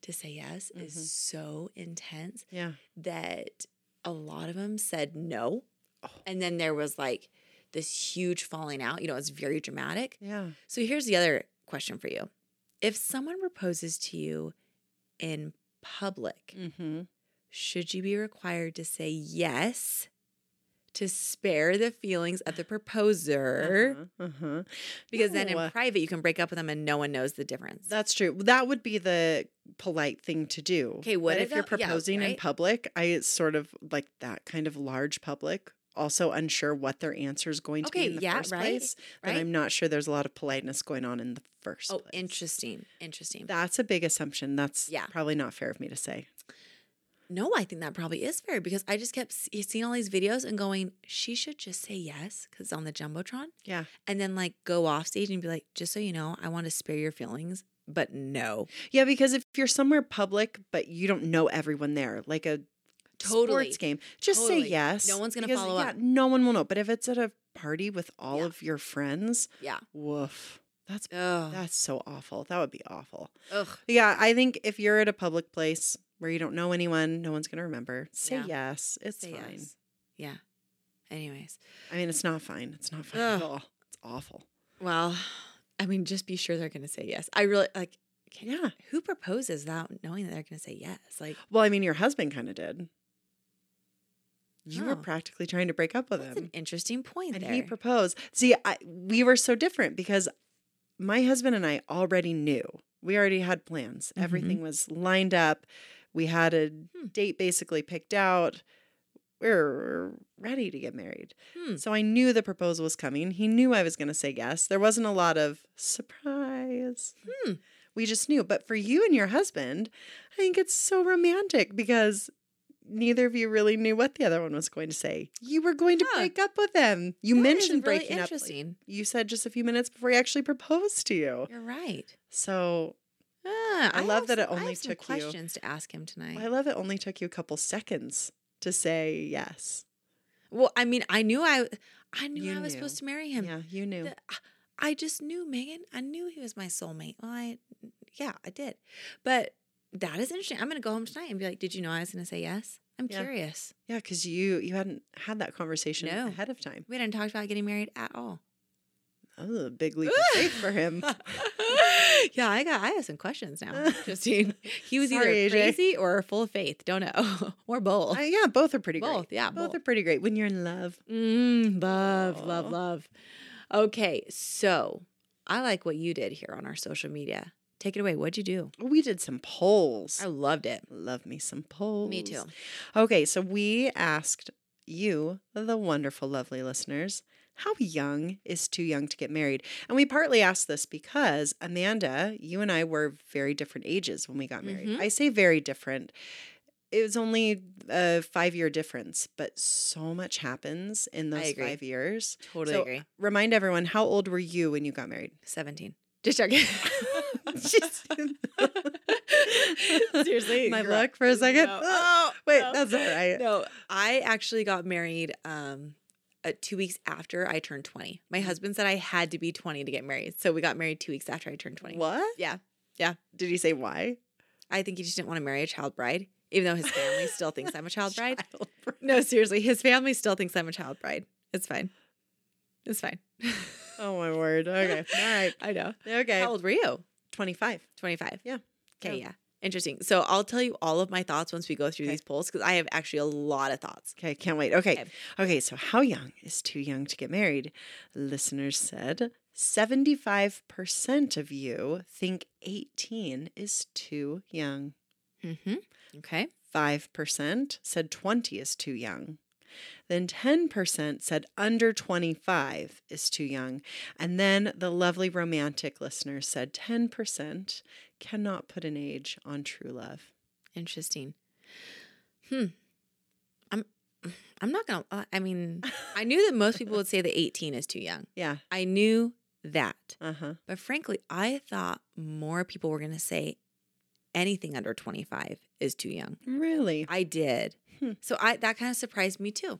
to say yes Mhm. is so intense yeah. that a lot of them said no. Oh. And then there was like this huge falling out. You know, it's very dramatic. Yeah. So here's the other question for you If someone proposes to you in public, Mm-hmm. should you be required to say yes to spare the feelings of the proposer? Uh-huh, mm-hmm. uh-huh. Because then No. in private, you can break up with them and no one knows the difference. That's true. That would be the polite thing to do. 'Kay, what But if you're about- yeah, proposing in right? public? I sort of like that kind of large public, also unsure what their answer is going to be Okay, in the yeah, first right, place. Then right? I'm not sure there's a lot of politeness going on in the first oh, place. interesting. Interesting. That's a big assumption. That's Yeah. probably not fair of me to say. No, I think that probably is fair because I just kept se- seeing all these videos and going, she should just say yes because on the jumbotron, Yeah. and then like go off stage and be like, just so you know, I want to spare your feelings, but no, Yeah, because if you're somewhere public but you don't know everyone there, like a Totally. sports game, just Totally. say No yes. one's gonna because, follow yeah, up. No one will know. But if it's at a party with all Yeah. of your friends, yeah, woof. That's ugh, That's so awful. That would be awful. ugh, Yeah, I think if you're at a public place where you don't know anyone, no one's going to remember. Say Yeah. yes. It's say fine. yes. yeah. Anyways, I mean, it's not fine. It's not fine Ugh. at all. It's awful. well, I mean, just be sure they're gonna say yes. I really like. Can, Yeah. Who proposes without knowing that they're gonna say yes? Like Well, I mean, your husband kind of did. You were Oh. practically trying to break up with that's him. an interesting point and there. he proposed. See, I, we were so different because my husband and I already knew. We already had plans. Mhm. Everything was lined up. We had a Hmm. date basically picked out. We were ready to get married. Hmm. So I knew the proposal was coming. He knew I was going to say yes. There wasn't a lot of surprise. Hmm. We just knew. But for you and your husband, I think it's so romantic because neither of you really knew what the other one was going to say. You were going to Huh. break up with him. You That is mentioned really breaking up. like, interesting. You said just a few minutes before he actually proposed to you. You're right. So Ah, I love have that it some- I only have some took you- questions to ask him tonight. I love it only took you a couple seconds to say yes. Well, I mean, I knew I, I knew You I was knew. supposed to marry him. Yeah, you knew. The- ah, I just knew Megan. I knew he was my soulmate. Well, I, yeah, I did. But that is interesting. I'm gonna go home tonight and be like, "Did you know I was gonna say yes?" I'm Yeah. curious. yeah, because you you hadn't had that conversation No. ahead of time. We hadn't talked about getting married at all. That was a big leap of faith for him. yeah, I got. I have some questions now, Justine. He was Sorry, either AJ. crazy or full of faith. Don't know, or both. I- yeah, both are pretty both, great. yeah, both, both. are pretty great when you're in love. Mm, love, love, Aw. love. Okay, so I like what you did here on our social media. Take it away. What'd you do? We did some polls. I loved it. love me some polls. Me too. Okay, so we asked you, the wonderful, lovely listeners, how young is too young to get married? And we partly asked this because Amanda, you and I were very different ages when we got married. Mhm. I say very different. It was only a five year difference, but so much happens in those agree. five years. Totally So- agree. Remind everyone, how old were you when you got married? 17. Just checking. Just- Seriously, My you're right. luck for a second? No. Oh, wait, no. that's all right. No, I actually got married um, uh, two weeks after I turned 20. My husband said I had to be 20 to get married. So we got married two weeks after I turned 20. What? Yeah. Did he say why? I think he just didn't want to marry a child bride, even though his family still thinks I'm a child bride. Child bride. No, seriously, his family still thinks I'm a child bride. It's fine. It's fine. Oh my word. Okay. All right. I know. Okay. How old were you? 25. 25. Yeah. Okay, Yeah. yeah. Interesting. So I'll tell you all of my thoughts once we go through Okay. these polls because I have actually a lot of thoughts. Okay. Can't wait. Okay. Okay. Okay. So, how young is too young to get married? Listeners said 75% of you think 18 is too young. Mm-hmm. Okay. 5% said 20 is too young. Then 10% said under 25 is too young. And then the lovely romantic listeners said 10% cannot put an age on true love. Interesting. Hmm. I'm I'm not gonna uh, I mean, I knew that most people would say that 18 is too young. Yeah. I knew that. Uh huh. But frankly, I thought more people were gonna say anything under 25 is too young. Really? I did. Hmm. So I that kind of surprised me too.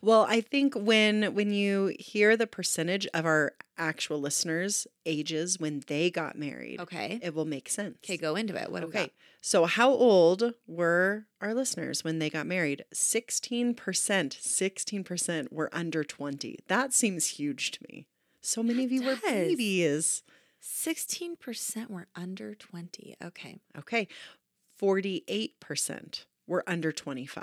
Well, I think when when you hear the percentage of our actual listeners' ages when they got married, Okay. it will make sense. Okay, go into it. What do we got? Okay. So, how old were our listeners when they got married? 16%, 16% were under 20. That seems huge to me. So many of you were does. babies. 16% were under 20. Okay. Okay. 48% were under 25.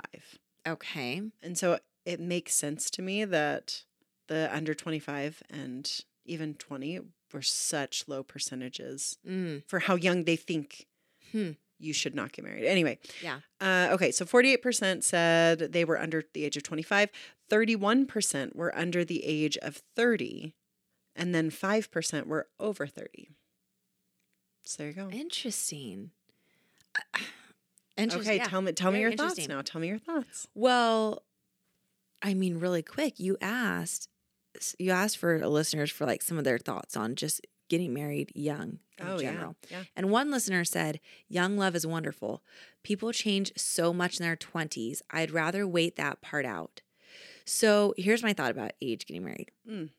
Okay. And so it makes sense to me that the under 25 and even 20 were such low percentages Mm. for how young they think Hmm. you should not get married. Anyway. Yeah. Uh, okay. So 48% said they were under the age of 25, 31% were under the age of 30, and then 5% were over 30. So there you go. Interesting. Interesting. Okay, tell me tell me Very your thoughts interesting. now. Tell me your thoughts. Well, I mean, really quick, you asked you asked for listeners for like some of their thoughts on just getting married young in general. Oh, yeah. And one listener said, Young love is wonderful. People change so much in their 20s. I'd rather wait that part out. So here's my thought about age getting married. Mm.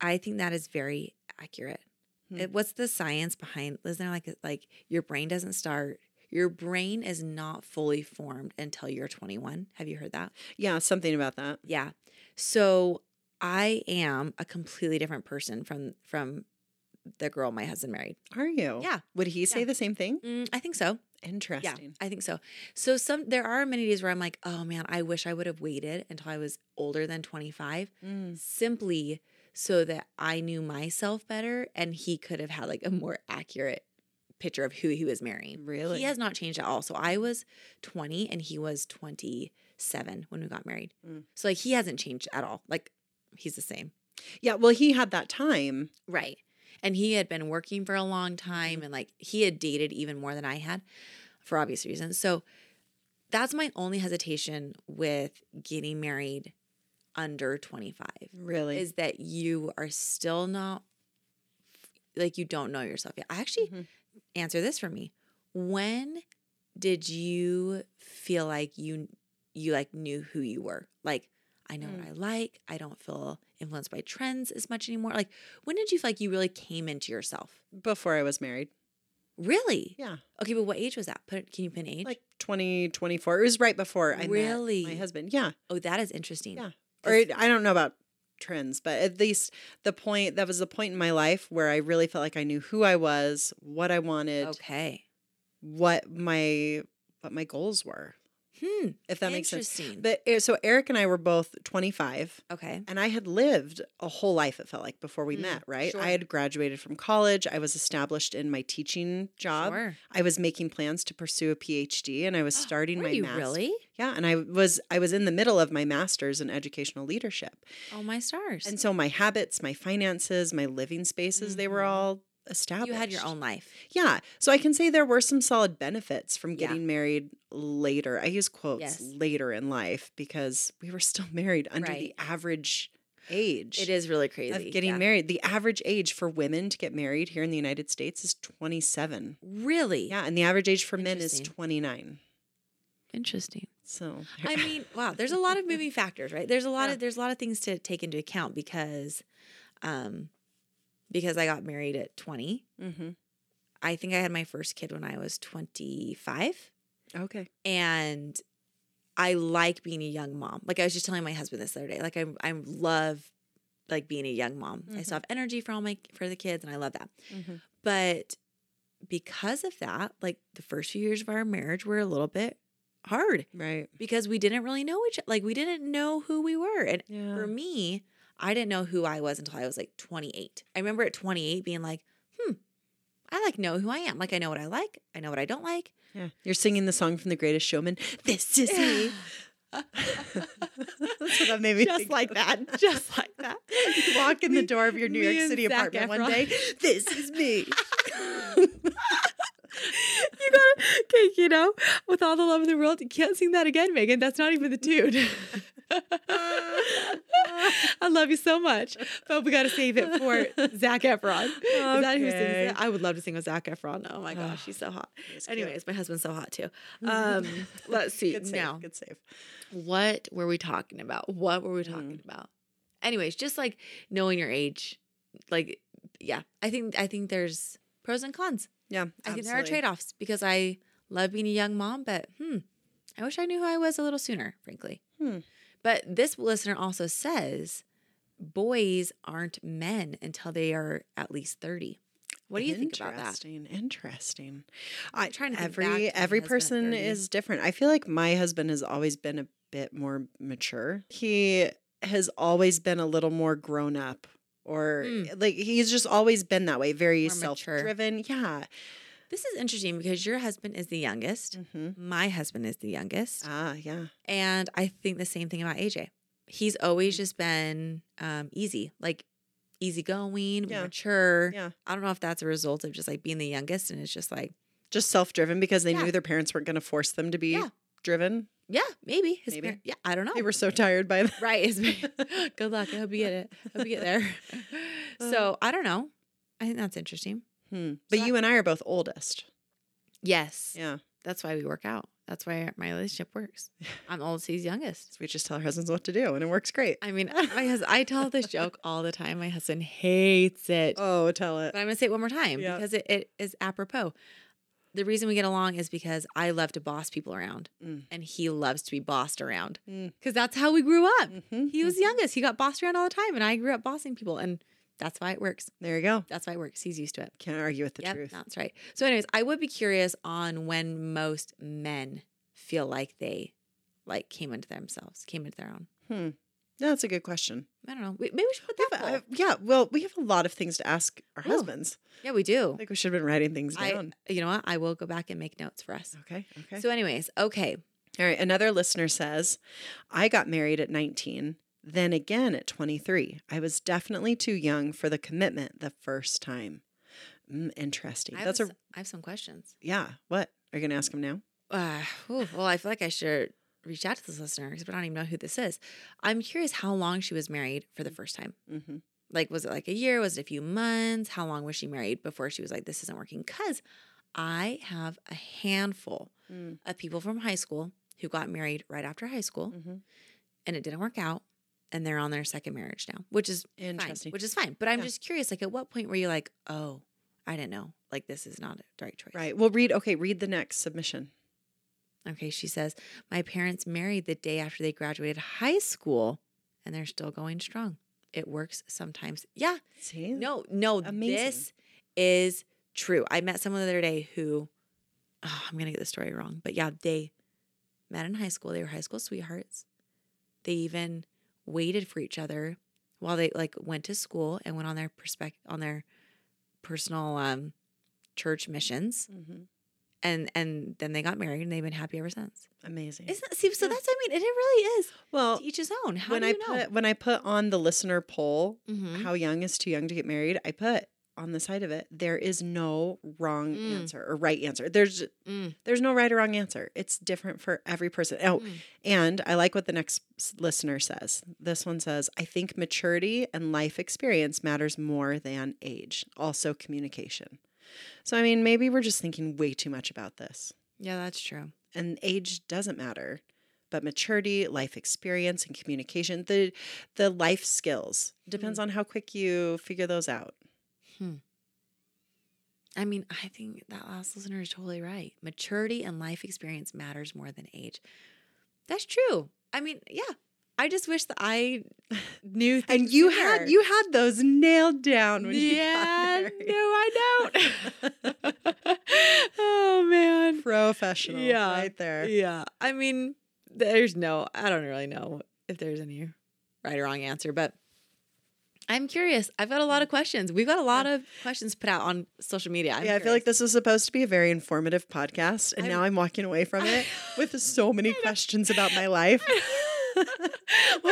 I think that is very accurate. Hmm. It- what's the science behind? Isn't there like like your brain doesn't start? Your brain is not fully formed until you're 21. Have you heard that? Yeah, something about that. Yeah. So I am a completely different person from from the girl my husband married. Are you? Yeah. Would he say the same thing? Mm, I think so. Yeah, Interesting. I think so. So some there are many days where I'm like, oh man, I wish I would have waited until I was older than 25, Mm. simply so that I knew myself better and he could have had like a more accurate picture of who he was marrying. Really? He has not changed at all. So I was 20 and he was 27 when we got married. Mm. So like he hasn't changed at all. Like he's the same. Yeah. Well, he had that time. Right. And he had been working for a long time and like he had dated even more than I had for obvious reasons. So that's my only hesitation with getting married under 25 Really? is that you are still not like you don't know yourself yet. I actually Mhm. answer this for me. When did you feel like you you like knew who you were? Like I know Mm. what I like. I don't feel influenced by trends as much anymore. Like when did you feel like you really came into yourself? Before I was married. Really? Yeah. Okay, but what age was that? Put can you pin age? Like 20, 24. It was right before I Really? met my husband. Yeah. oh, that is interesting. Yeah. Or it, I don't know about trends, but at least the point that was the point in my life where I really felt like I knew who I was, what I wanted, Okay. what my what my goals were. Hmm. If that makes sense. Interesting. But eh, so Eric and I were both 25. okay. and I had lived a whole life, it felt like, before we Mm, met, right? sure. I had graduated from college. I was established in my teaching job. Sure. I was making plans to pursue a PhD and I was starting Were my you master. really? Yeah. And I was I was in the middle of my master's in educational leadership. Oh my stars. And so my habits, my finances, my living spaces, they were Mhm. all established. you had your own life. Yeah. So I can say there were some solid benefits from Yeah. getting married later. I use quotes Yes. later in life because we were still married under Right. the average age It is really crazy. of getting yeah. married. The average age for women to get married here in the United States is 27. Really? Yeah, and the average age for men is Interesting. 29. Interesting. So I mean, wow, there's a lot of moving factors, right? There's a lot Yeah. of there's a lot of things to take into account because um because I got married at 20. Mhm. I think I had my first kid when I was 25 okay. and I like being a young mom. Like I was just telling my husband this the other day. Like I I love like being a young mom. I still have energy for all my for the kids and I love that. Mhm. But because of that, like the first few years of our marriage were a little bit hard Right. because we didn't really know each like we didn't know who we were. And Yeah. for me, I didn't know who I was until I was like 28. I remember at 28 being like, "Hmm, I like know who I am. Like I know what I like, I know what I don't like." yeah. You're singing the song from The Greatest Showman. This is me. That's what that made me Just think like of. that. Just like that. You walk in the Me- door of your New me York and City Zac apartment Efron. one day. This is me. you gotta, okay, you know, with all the love in the world, you can't sing that again, Megan. That's not even the tune. I love you so much, but we gotta save it for Zach Efron. Is that who sings Okay. Ah. it? I would love to sing with Zach Efron. Oh my gosh, he's so hot. He's cute. Anyways, my husband's so hot too. Um, let's see Good save. now. Good save. Mm. What were we talking about? What were we talking about? Anyways, just like knowing your age, like yeah, I think I think there's pros and cons. Yeah. I think there are absolutely. trade offs because I love being a young mom, but hmm, I wish I knew who I was a little sooner, frankly. Hmm. But this listener also says boys aren't men until they are at least 30. What do you think about that? Interesting. Interesting. I, trying to think every back to my every husband at person 30. is different. I feel like my husband has always been a bit more mature. He has always been a little more grown up. Or Mm. like he's just always been that way, More very mature. self-driven. Yeah. This is interesting because your husband is the youngest. Mm-hmm. My husband is the youngest. Ah, yeah. And I think the same thing about AJ. He's always just been um, easy, like easygoing, Yeah. mature. Yeah. I don't know if that's a result of just like being the youngest and it's just like, Just self-driven because they Yeah. knew their parents weren't going to force them to be Yeah. driven. yeah, maybe. His Maybe. parent- yeah, I don't know. They were so tired by that. right. his par- Good luck. I hope you get it. I hope you get there. Uh. so I don't know. I think that's interesting. Hmm. But So I- you and I are both oldest. Yes. Yeah. That's why we work out. That's why my relationship works. I'm oldest, he's youngest. So we just tell our husbands what to do and it works great. I mean, my husband, I tell this joke all the time. My husband hates it. Oh, tell it. But I'm going to say it one more time Yeah. because it, it is apropos. The reason we get along is because I love to boss people around Mm. and he loves to be bossed around Mm. because that's how we grew up. Mhm. He was the youngest. He got bossed around all the time and I grew up bossing people and that's why it works. There you go. That's why it works. He's used to it. Can't argue with the Yep, truth. That's right. So, anyways, I would be curious on when most men feel like they like came into themselves, came into their own. Hmm. That's a good question. I don't know. We- Maybe we should put We that. have a- poll. I- yeah, well, we have a lot of things to ask our Ooh. husbands. yeah, we do. I think we should have been writing things I- down. you know what? I will go back and make notes for us. okay. Okay. So, anyways, okay. All right. Another listener says, I got married at 19, then again at 23. I was definitely too young for the commitment the first time. Mm, interesting. I have, That's s- a, I have some questions. yeah. What? Are you going to ask him now? Uh, ooh, well, I feel like I should reach out to this listener because I don't even know who this is. I'm curious how long she was married for the first time. Mm-hmm. Like, was it like a year? Was it a few months? How long was she married before she was like, this isn't working? Because I have a handful of people from high school who got married right after high school Mhm. and it didn't work out. And they're on their second marriage now, which is fine, Interesting. which is fine. But I'm Yeah. just curious, like, at what point were you like, oh, I didn't know, like, this is not the right choice? Right. Well, read. Okay. Read the next submission. Okay. She says, my parents married the day after they graduated high school and they're still going strong. It works sometimes. Yeah. See? No, no, Amazing. this is true. I met someone the other day who, oh, I'm going to get the story wrong, but yeah, they met in high school. They were high school sweethearts. They even waited for each other while they like went to school and went on their perspective on their personal um church missions Mm-hmm. and and then they got married and they've been happy ever since Amazing. isn't that, see so Yeah. that's i mean it, it really is well, to each his own how when do I you know put when I put on the listener poll, Mhm. how young is too young to get married? I put on the side of it, there is no wrong Mm. answer or right answer. There's Mm. there's no right or wrong answer. It's different for every person. Oh, Mm. and I like what the next s- listener says. This one says, "I think maturity and life experience matters more than age. Also communication." So I mean, maybe we're just thinking way too much about this. yeah that's true and age doesn't matter but maturity life experience and communication the the life skills depends on how quick you figure those out I mean, I think that last listener is totally right. Maturity and life experience matters more than age. That's true. I mean, yeah. I just wish that I knew. Things and you sooner. had you had those nailed down when yeah. you got no, married. I don't. oh man. professional Yeah. right there Yeah. I mean, there's no. I don't really know if there's any right or wrong answer, but. I'm curious. I've got a lot of questions. We've got a lot of questions put out on social media. I'm yeah, I feel like curious. this was supposed to be a very informative podcast, and I'm- now I'm walking away from it with so many questions about my life. what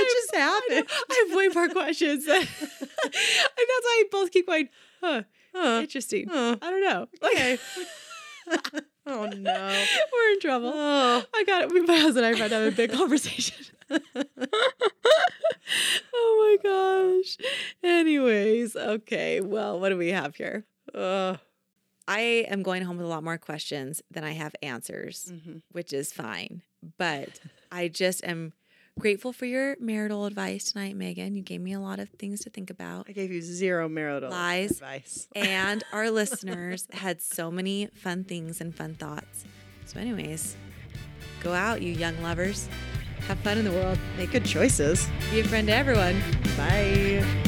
just happened? I, have way more questions. and that's why we both keep going, huh, Huh. interesting. Huh. I don't know. Okay. Oh no! We're in trouble. I got it. We, my husband and I about to have a big conversation. oh my gosh. Anyways, okay. Well, what do we have here? Ugh. I am going home with a lot more questions than I have answers. Mhm. which is fine. But I just am grateful for your marital advice tonight, Megan. You gave me a lot of things to think about. I gave you zero marital Lies. advice. And our listeners had so many fun things and fun thoughts. So, anyways, go out, you young lovers. Have fun in the world. Make good choices. Be a friend to everyone. Bye.